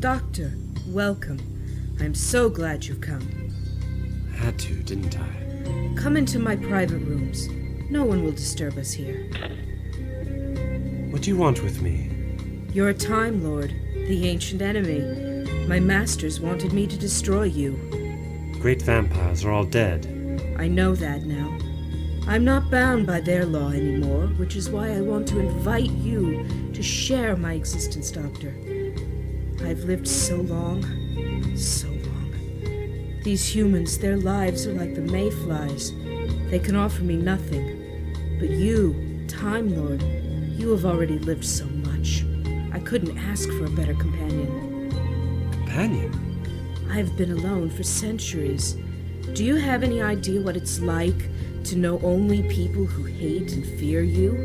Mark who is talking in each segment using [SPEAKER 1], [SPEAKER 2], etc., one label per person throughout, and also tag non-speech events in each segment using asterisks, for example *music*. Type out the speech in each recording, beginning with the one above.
[SPEAKER 1] Doctor, welcome. I'm so glad you've come.
[SPEAKER 2] Had to, didn't I?
[SPEAKER 1] Come into my private rooms. No one will disturb us here.
[SPEAKER 2] What do you want with me?
[SPEAKER 1] You're a Time Lord, the ancient enemy. My masters wanted me to destroy you.
[SPEAKER 2] Great vampires are all dead.
[SPEAKER 1] I know that now. I'm not bound by their law anymore, which is why I want to invite you to share my existence, Doctor. I've lived so long, so long. These humans, their lives are like the mayflies. They can offer me nothing. But you, Time Lord, you have already lived so much. I couldn't ask for a better companion.
[SPEAKER 2] Companion?
[SPEAKER 1] I've been alone for centuries. Do you have any idea what it's like to know only people who hate and fear you?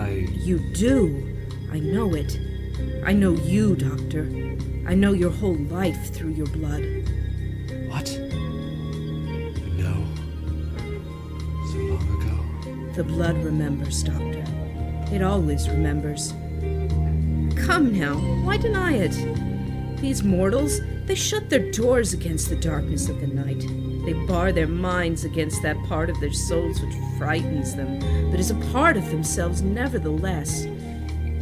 [SPEAKER 2] I.
[SPEAKER 1] You do. I know it. I know you, Doctor. I know your whole life through your blood.
[SPEAKER 2] What? No. So long ago.
[SPEAKER 1] The blood remembers, Doctor. It always remembers. Come now, why deny it? These mortals, they shut their doors against the darkness of the night. They bar their minds against that part of their souls which frightens them, but is a part of themselves nevertheless.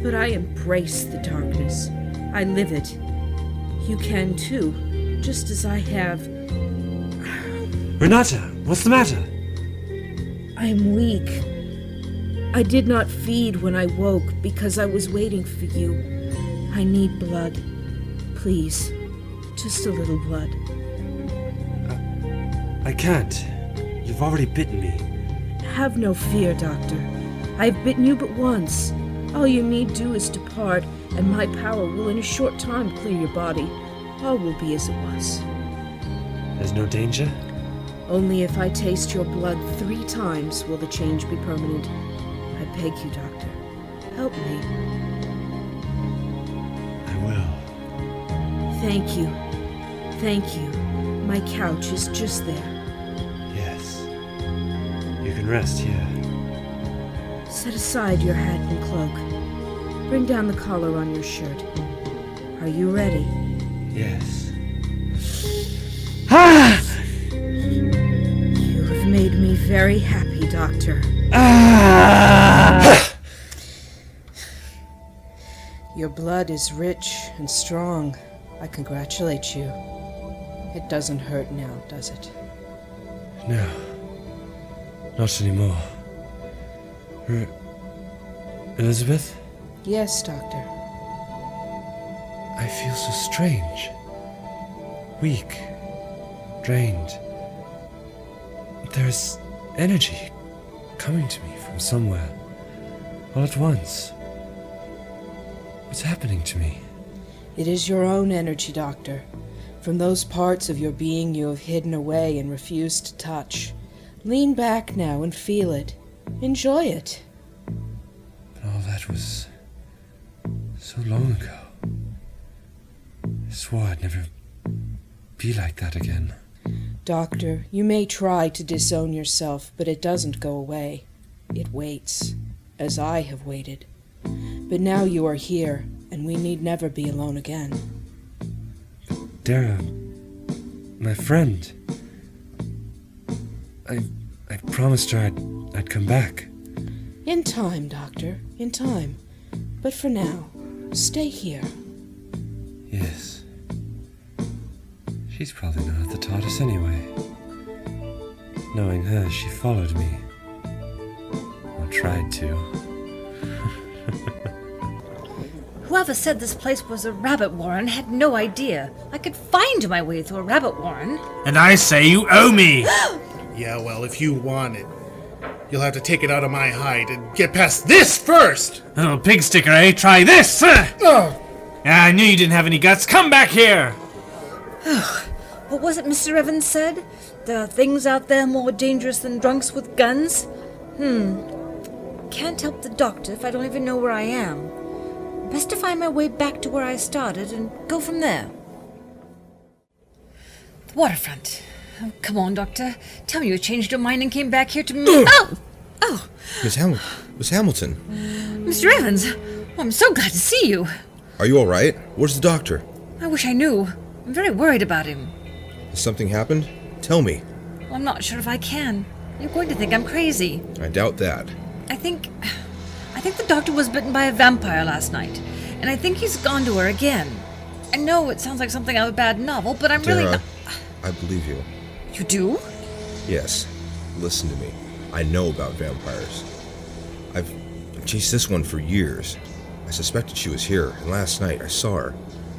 [SPEAKER 1] But I embrace the darkness. I live it. You can too, just as I have.
[SPEAKER 2] Renata, what's the matter?
[SPEAKER 1] I'm weak. I did not feed when I woke because I was waiting for you. I need blood. Please, just a little blood.
[SPEAKER 2] I can't. You've already bitten me.
[SPEAKER 1] Have no fear, Doctor. I have bitten you but once. All you need do is depart, and my power will in a short time clear your body. All will be as it was.
[SPEAKER 2] There's no danger?
[SPEAKER 1] Only if I taste your blood three times will the change be permanent. I beg you, Doctor, help me.
[SPEAKER 2] I will.
[SPEAKER 1] Thank you. Thank you. My couch is just there.
[SPEAKER 2] Yes. You can rest here.
[SPEAKER 1] Set aside your hat and cloak. Bring down the collar on your shirt. Are you ready?
[SPEAKER 2] Yes. *sighs* Ah!
[SPEAKER 1] You have made me very happy, Doctor.
[SPEAKER 2] Ah!
[SPEAKER 1] Your blood is rich and strong. I congratulate you. It doesn't hurt now, does it?
[SPEAKER 2] No. Not anymore. Re- Elizabeth?
[SPEAKER 1] Yes, Doctor.
[SPEAKER 2] I feel so strange. Weak. Drained. But There's energy coming to me from somewhere. All at once. What's happening to me?
[SPEAKER 1] It is your own energy, Doctor. From those parts of your being you have hidden away and refused to touch. Lean back now and feel it. Enjoy it.
[SPEAKER 2] But all that was so long ago. I swore I'd never be like that again.
[SPEAKER 1] Doctor, you may try to disown yourself, but it doesn't go away. It waits, as I have waited. But now you are here, and we need never be alone again.
[SPEAKER 2] Dara, my friend. I I promised her I'd I'd come back.
[SPEAKER 1] In time, Doctor, in time. But for now, stay here.
[SPEAKER 2] Yes. She's probably not at the TARDIS anyway. Knowing her, she followed me. Or tried to.
[SPEAKER 3] Whoever said this place was a rabbit warren had no idea. I could find my way through a rabbit warren.
[SPEAKER 4] And I say you owe me!
[SPEAKER 5] Yeah, well, if you want it, you'll have to take it out of my hide and get past this first!
[SPEAKER 4] Little pig sticker, eh? Try this! Ugh.
[SPEAKER 5] Oh,
[SPEAKER 4] Ah, I knew you didn't have any guts. Come back here!
[SPEAKER 3] What was it Mr. Evans said? There are things out there more dangerous than drunks with guns? Hmm. Can't help the doctor if I don't even know where I am. Best to find my way back to where I started and go from there. The waterfront. Oh, come on, Doctor. Tell me you changed your mind and came back here to me. oh! Oh!
[SPEAKER 6] Miss Hamil- Miss Hamilton.
[SPEAKER 3] Oh, Mr. Evans, I'm so glad to see you.
[SPEAKER 6] Are you alright? Where's the doctor?
[SPEAKER 3] I wish I knew. I'm very worried about him.
[SPEAKER 6] Has something happened? Tell me.
[SPEAKER 3] Well, I'm not sure if I can. You're going to think I'm crazy.
[SPEAKER 6] I doubt that.
[SPEAKER 3] I think. I think the doctor was bitten by a vampire last night, and I think he's gone to her again. I know it sounds like something out of a bad novel, but I'm really
[SPEAKER 6] Tara,
[SPEAKER 3] not.
[SPEAKER 6] I believe you.
[SPEAKER 3] You do?
[SPEAKER 6] Yes. Listen to me. I know about vampires. I've chased this one for years. I suspected she was here, and last night I saw her,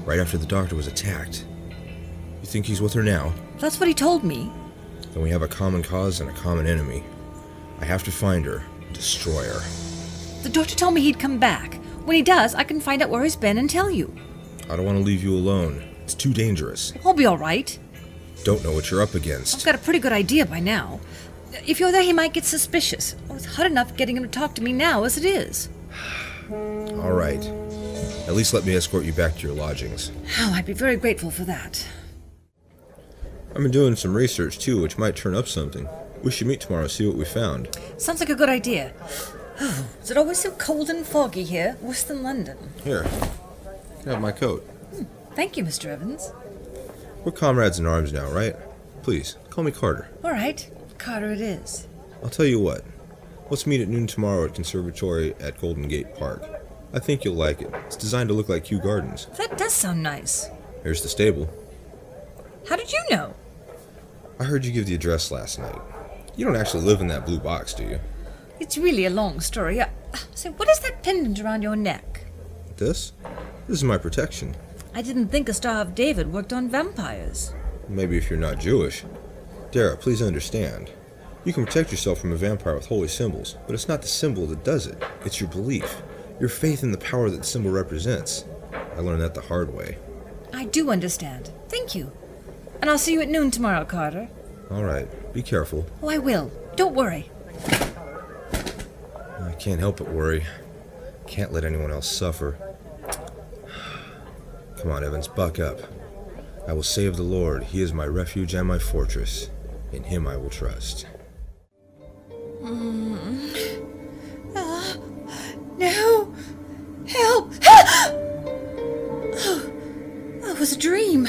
[SPEAKER 6] right after the doctor was attacked. You think he's with her now?
[SPEAKER 3] That's what he told me.
[SPEAKER 6] Then we have a common cause and a common enemy. I have to find her, destroy her.
[SPEAKER 3] The doctor told me he'd come back. When he does, I can find out where he's been and tell you.
[SPEAKER 6] I don't want to leave you alone. It's too dangerous.
[SPEAKER 3] I'll be all right.
[SPEAKER 6] Don't know what you're up
[SPEAKER 3] I've
[SPEAKER 6] against.
[SPEAKER 3] got a pretty good idea by now. If you're there, he might get suspicious. Well, it's hard enough getting him to talk to me now as it is.
[SPEAKER 6] All right. At least let me escort you back to your lodgings.
[SPEAKER 3] Oh, I'd be very grateful for that.
[SPEAKER 6] I've been doing some research too, which might turn up something. We should meet tomorrow, see what we found.
[SPEAKER 3] Sounds like a good idea. *sighs* is it always so cold and foggy here? Worse than London.
[SPEAKER 6] Here, you can have my coat.
[SPEAKER 3] Thank you, Mr. Evans.
[SPEAKER 6] We're comrades in arms now, right? Please, call me Carter.
[SPEAKER 3] All right, Carter it is.
[SPEAKER 6] I'll tell you what. Let's meet at noon tomorrow at Conservatory at Golden Gate Park. I think you'll like it. It's designed to look like Kew Gardens.
[SPEAKER 3] That does sound nice.
[SPEAKER 6] Here's the stable.
[SPEAKER 3] How did you know?
[SPEAKER 6] I heard you give the address last night. You don't actually live in that blue box, do you?
[SPEAKER 3] It's really a long story. I- So, what is that pendant around your neck?
[SPEAKER 6] This? This is my protection.
[SPEAKER 3] I didn't think a Star of David worked on vampires.
[SPEAKER 6] Maybe if you're not Jewish. Dara, please understand. You can protect yourself from a vampire with holy symbols, but it's not the symbol that does it. It's your belief, your faith in the power that the symbol represents. I learned that the hard way.
[SPEAKER 3] I do understand. Thank you. And I'll see you at noon tomorrow, Carter.
[SPEAKER 6] All right, be careful.
[SPEAKER 3] Oh, I will. Don't worry.
[SPEAKER 6] I can't help but worry. Can't let anyone else suffer. *sighs* Come on, Evans, buck up. I will save the Lord. He is my refuge and my fortress. In him I will trust.
[SPEAKER 3] No! Help! oh, that was a dream.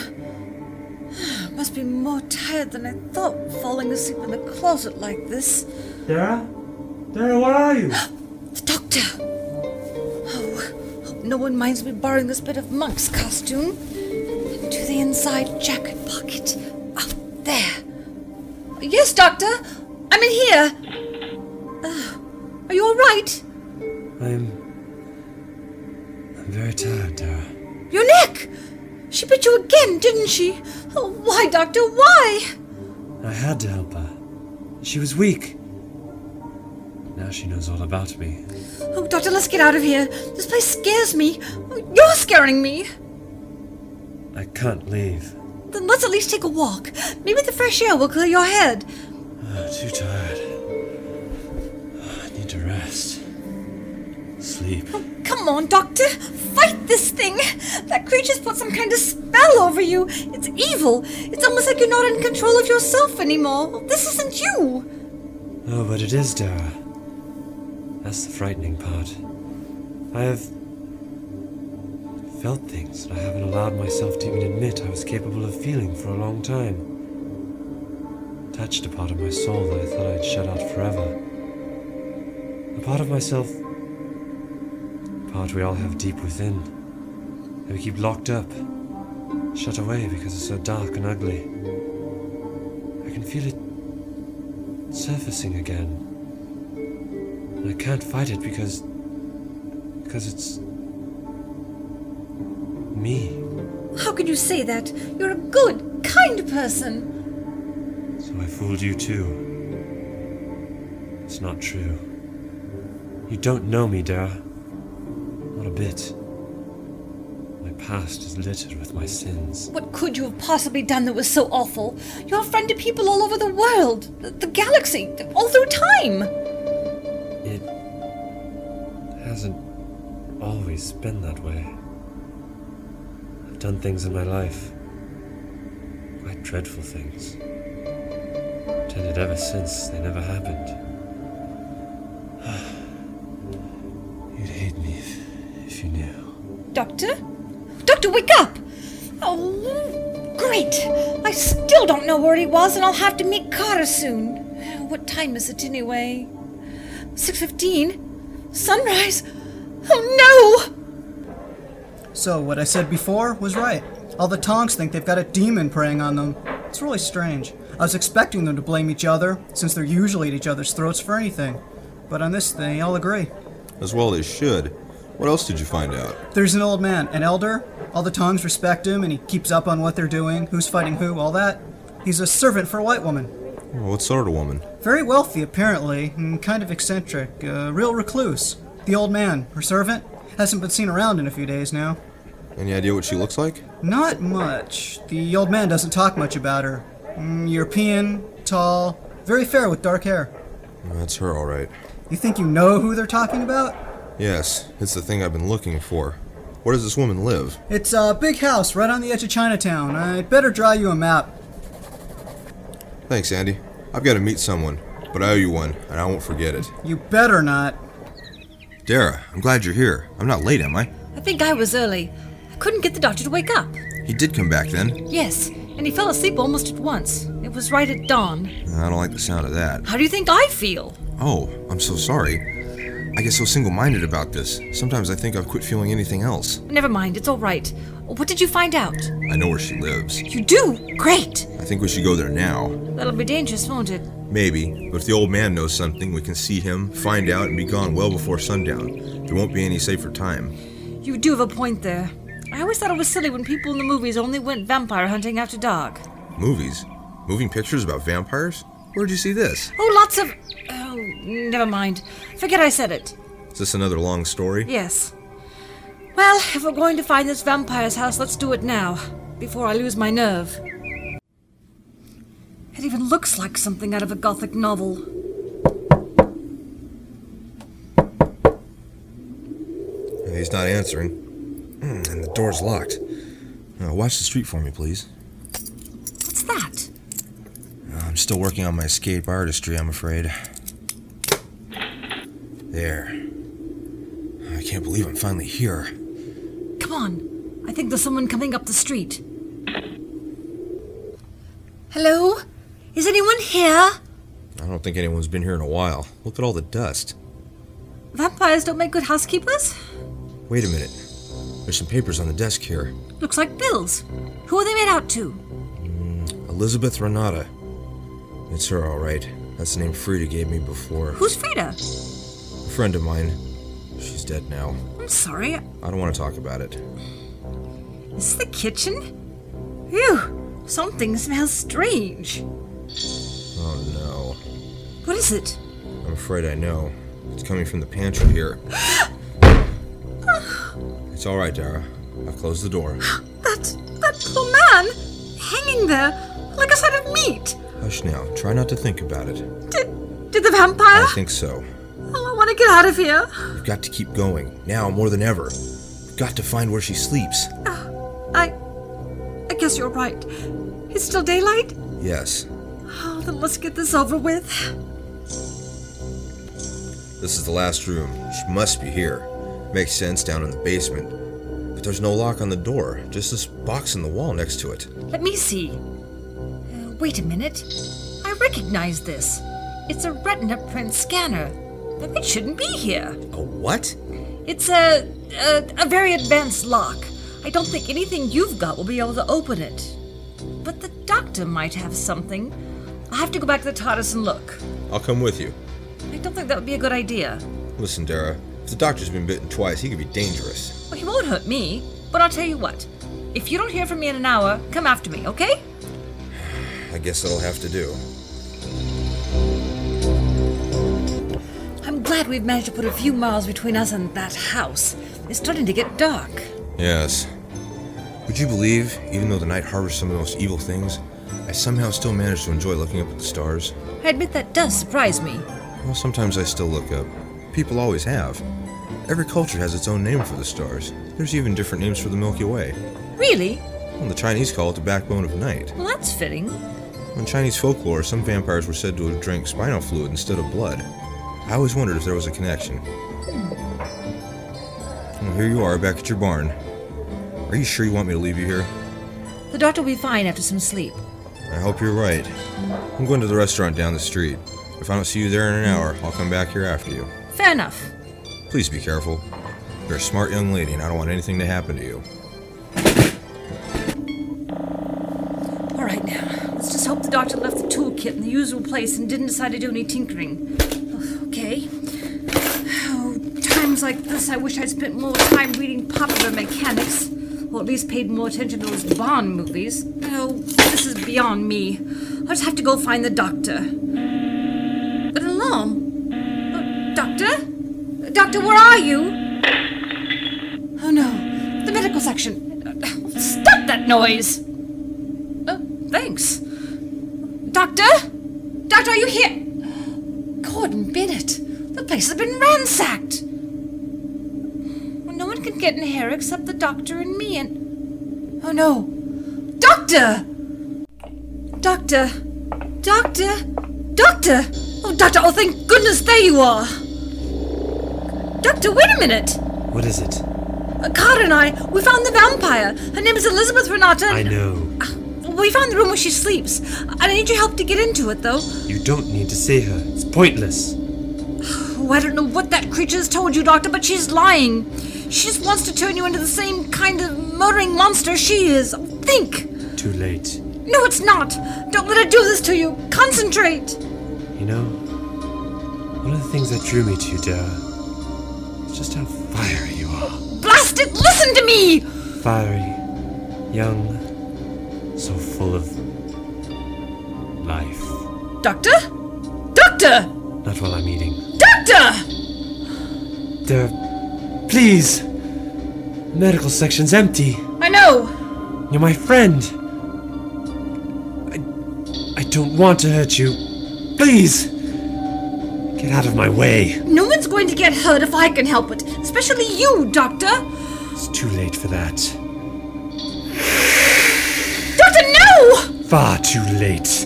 [SPEAKER 3] Must be more tired than I thought falling asleep in the closet like this.
[SPEAKER 7] Dara? Dara, where are you?
[SPEAKER 3] The doctor! Oh, hope no one minds me borrowing this bit of monk's costume. Into the inside jacket pocket. Up there. Yes, doctor! I'm in here! Oh, are you alright?
[SPEAKER 2] I'm. I'm very tired, Dara.
[SPEAKER 3] Your neck! She bit you again, didn't she? Oh, why, doctor, why?
[SPEAKER 2] I had to help her. She was weak. Now she knows all about me.
[SPEAKER 3] Oh, doctor, let's get out of here. This place scares me. Oh, you're scaring me.
[SPEAKER 2] I can't leave.
[SPEAKER 3] Then let's at least take a walk. Maybe the fresh air will clear your head.
[SPEAKER 2] Ah, too tired. Ah, I need to rest. Sleep.
[SPEAKER 3] Come on, Doctor! Fight this thing! That creature's put some kind of spell over you! It's evil! It's almost like you're not in control of yourself anymore! This isn't you!
[SPEAKER 2] Oh, but it is Dara. That's the frightening part. I have felt things that I haven't allowed myself to even admit I was capable of feeling for a long time. Touched a part of my soul that I thought I'd shut out forever. A part of myself. A part we all have deep within. That we keep locked up. Shut away because it's so dark and ugly. I can feel it surfacing again. And I can't fight it because. because it's. me.
[SPEAKER 3] How can you say that? You're a good, kind person!
[SPEAKER 2] So I fooled you too. It's not true. You don't know me, Dara. Not a bit. My past is littered with my sins.
[SPEAKER 3] What could you have possibly done that was so awful? You're a friend to people all over the world, the- the galaxy, all through time!
[SPEAKER 2] It. hasn't always been that way. I've done things in my life. Quite dreadful things. Pretended ever since they never happened. *sighs* You'd hate me if, if you knew.
[SPEAKER 3] Doctor? Doctor, wake up! Oh, great! I still don't know where he was, and I'll have to meet Carter soon. What time is it anyway? Six fifteen. Sunrise. Oh no!
[SPEAKER 8] So, what I said before was right. All the Tonks think they've got a demon preying on them. It's really strange. I was expecting them to blame each other, since they're usually at each other's throats for anything. But on this, they all agree.
[SPEAKER 6] As well they should. What else did you find out?
[SPEAKER 8] There's an old man, an elder. All the Tongs respect him, and he keeps up on what they're doing, who's fighting who, all that. He's a servant for a white woman.
[SPEAKER 6] What sort of woman?
[SPEAKER 8] Very wealthy, apparently, and kind of eccentric. A real recluse. The old man, her servant, hasn't been seen around in a few days now.
[SPEAKER 6] Any idea what she looks like?
[SPEAKER 8] Not much. The old man doesn't talk much about her. Mm, European, tall, very fair with dark hair.
[SPEAKER 6] That's her, all right.
[SPEAKER 8] You think you know who they're talking about?
[SPEAKER 6] Yes, it's the thing I've been looking for. Where does this woman live?
[SPEAKER 8] It's a big house right on the edge of Chinatown. I'd better draw you a map.
[SPEAKER 6] Thanks, Andy. I've got to meet someone, but I owe you one, and I won't forget it.
[SPEAKER 8] You better not.
[SPEAKER 6] Dara, I'm glad you're here. I'm not late, am I?
[SPEAKER 3] I think I was early. I couldn't get the doctor to wake up.
[SPEAKER 6] He did come back then.
[SPEAKER 3] Yes, and he fell asleep almost at once. It was right at dawn.
[SPEAKER 6] I don't like the sound of that.
[SPEAKER 3] How do you think I feel?
[SPEAKER 6] Oh, I'm so sorry. I get so single minded about this. Sometimes I think I've quit feeling anything else.
[SPEAKER 3] Never mind, it's all right. What did you find out?
[SPEAKER 6] I know where she lives.
[SPEAKER 3] You do? Great!
[SPEAKER 6] I think we should go there now.
[SPEAKER 3] That'll be dangerous, won't it?
[SPEAKER 6] Maybe, but if the old man knows something, we can see him, find out, and be gone well before sundown. There won't be any safer time.
[SPEAKER 3] You do have a point there. I always thought it was silly when people in the movies only went vampire hunting after dark.
[SPEAKER 6] Movies? Moving pictures about vampires? Where'd you see this?
[SPEAKER 3] Oh, lots of. Oh, never mind. Forget I said it.
[SPEAKER 6] Is this another long story?
[SPEAKER 3] Yes. Well, if we're going to find this vampire's house, let's do it now, before I lose my nerve. It even looks like something out of a gothic novel.
[SPEAKER 6] He's not answering. Hmm, And the door's locked. Uh, watch the street for me, please. Uh,
[SPEAKER 3] What's that?
[SPEAKER 6] I'm still working on my escape artistry, I'm afraid. There. I can't believe I'm finally here.
[SPEAKER 3] Come on. I think there's someone coming up the street. Hello? Is anyone here?
[SPEAKER 6] I don't think anyone's been here in a while. Look at all the dust.
[SPEAKER 3] Vampires don't make good housekeepers?
[SPEAKER 6] Wait a minute. There's some papers on the desk here.
[SPEAKER 3] Looks like bills. Who are they made out to?
[SPEAKER 6] Elizabeth Renata. It's her, all right. That's the name Frida gave me before.
[SPEAKER 3] Who's Frida?
[SPEAKER 6] A friend of mine. She's dead now.
[SPEAKER 3] I'm sorry.
[SPEAKER 6] I don't want to talk about it.
[SPEAKER 3] Is this the kitchen? Phew. Something smells strange.
[SPEAKER 6] Oh
[SPEAKER 3] What is it?
[SPEAKER 6] no. I'm afraid I know. It's coming from the pantry here. it's all right, Dara. I've closed the door.
[SPEAKER 3] That that poor man hanging there like a side of meat.
[SPEAKER 6] Hush now. Try not to think about it.
[SPEAKER 3] Did did the *gasps* vampire?
[SPEAKER 6] I think so.
[SPEAKER 3] Oh, I want to get out of here.
[SPEAKER 6] We've got to keep going. Now more than ever. We've got to find where she sleeps.
[SPEAKER 3] I I guess you're right. It's still daylight.
[SPEAKER 6] Yes.
[SPEAKER 3] Oh, then let's get this over with.
[SPEAKER 6] This is the last room. She must be here. Makes sense down in the basement. But there's no lock on the door, just this box in the wall next to it.
[SPEAKER 3] Let me see. Uh, wait a minute. I recognize this. It's a retina print scanner. But it shouldn't be here.
[SPEAKER 6] A what?
[SPEAKER 3] It's a, a a very advanced lock. I don't think anything you've got will be able to open it. But the doctor might have something. I'll have to go back to the TARDIS and look.
[SPEAKER 6] I'll come with you.
[SPEAKER 3] I don't think that would be a good idea.
[SPEAKER 6] Listen, Dara, if the doctor's been bitten twice, he could be dangerous.
[SPEAKER 3] Well, he won't hurt me, but I'll tell you what. If you don't hear from me in an hour, come after me, okay?
[SPEAKER 6] I guess that'll have to do.
[SPEAKER 3] I'm glad we've managed to put a few miles between us and that house. It's starting to get dark.
[SPEAKER 6] Yes. Would you believe, even though the night harbors some of the most evil things, I somehow still managed to enjoy looking up at the stars?
[SPEAKER 3] I admit that does surprise me.
[SPEAKER 6] Well, sometimes I still look up. People always have. Every culture has its own name for the stars. There's even different names for the Milky Way.
[SPEAKER 3] Really?
[SPEAKER 6] Well, the Chinese call it the backbone of night.
[SPEAKER 3] Well, that's fitting.
[SPEAKER 6] In Chinese folklore, some vampires were said to have drank spinal fluid instead of blood. I always wondered if there was a connection. Well, here you are back at your barn. Are you sure you want me to leave you here?
[SPEAKER 3] The doctor will be fine after some sleep.
[SPEAKER 6] I hope you're right. I'm going to the restaurant down the street. If I don't see you there in an hour, I'll come back here after you.
[SPEAKER 3] Fair enough.
[SPEAKER 6] Please be careful. You're a smart young lady, and I don't want anything to happen to you.
[SPEAKER 3] All right now. Let's just hope the doctor left the toolkit in the usual place and didn't decide to do any tinkering. Ugh, Okay. Oh, times like this, I wish I'd spent more time reading popular mechanics, or at least paid more attention to those Bond movies. No, this is beyond me. I'll just have to go find the doctor. An alarm? Oh, doctor? Doctor, where are you? Oh no, the medical section. Stop that noise! Oh, thanks. Doctor? Doctor, are you here? Gordon Bennett, the place has been ransacked. Well, no one can get in here except the doctor and me and. Oh no! Doctor! Doctor! Doctor! Doctor! Oh, Doctor, oh, thank goodness there you are! Doctor, wait a minute!
[SPEAKER 2] What is it?
[SPEAKER 3] Uh, Carter and I, we found the vampire. Her name is Elizabeth Renata.
[SPEAKER 2] I know.
[SPEAKER 3] We found the room where she sleeps. I need your help to get into it, though.
[SPEAKER 2] You don't need to see her. It's pointless.
[SPEAKER 3] Oh, I don't know what that creature's told you, Doctor, but she's lying. She just wants to turn you into the same kind of murdering monster she is. Think!
[SPEAKER 2] Too late.
[SPEAKER 3] No, it's not! Don't let her do this to you! Concentrate!
[SPEAKER 2] You know, one of the things that drew me to you, Dara, is just how fiery you are.
[SPEAKER 3] Blast it! Listen to me!
[SPEAKER 2] Fiery, young, so full of life.
[SPEAKER 3] Doctor? Doctor!
[SPEAKER 2] Not while I'm eating.
[SPEAKER 3] Doctor!
[SPEAKER 2] Dara, please! Medical section's empty.
[SPEAKER 3] I know!
[SPEAKER 2] You're my friend. I, I don't want to hurt you. Please, get out of my way.
[SPEAKER 3] No one's going to get hurt if I can help it, especially you, Doctor!
[SPEAKER 2] It's too late for that.
[SPEAKER 3] Doctor, no!
[SPEAKER 2] Far too late.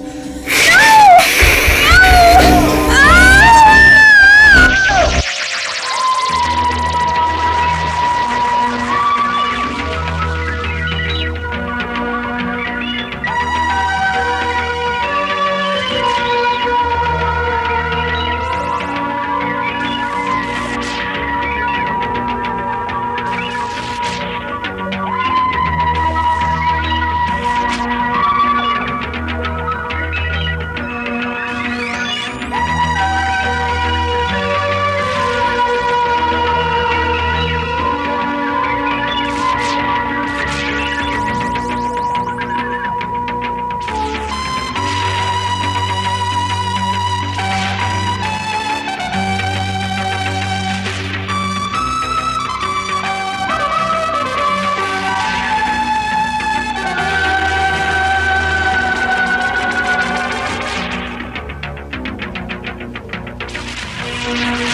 [SPEAKER 9] Thank you.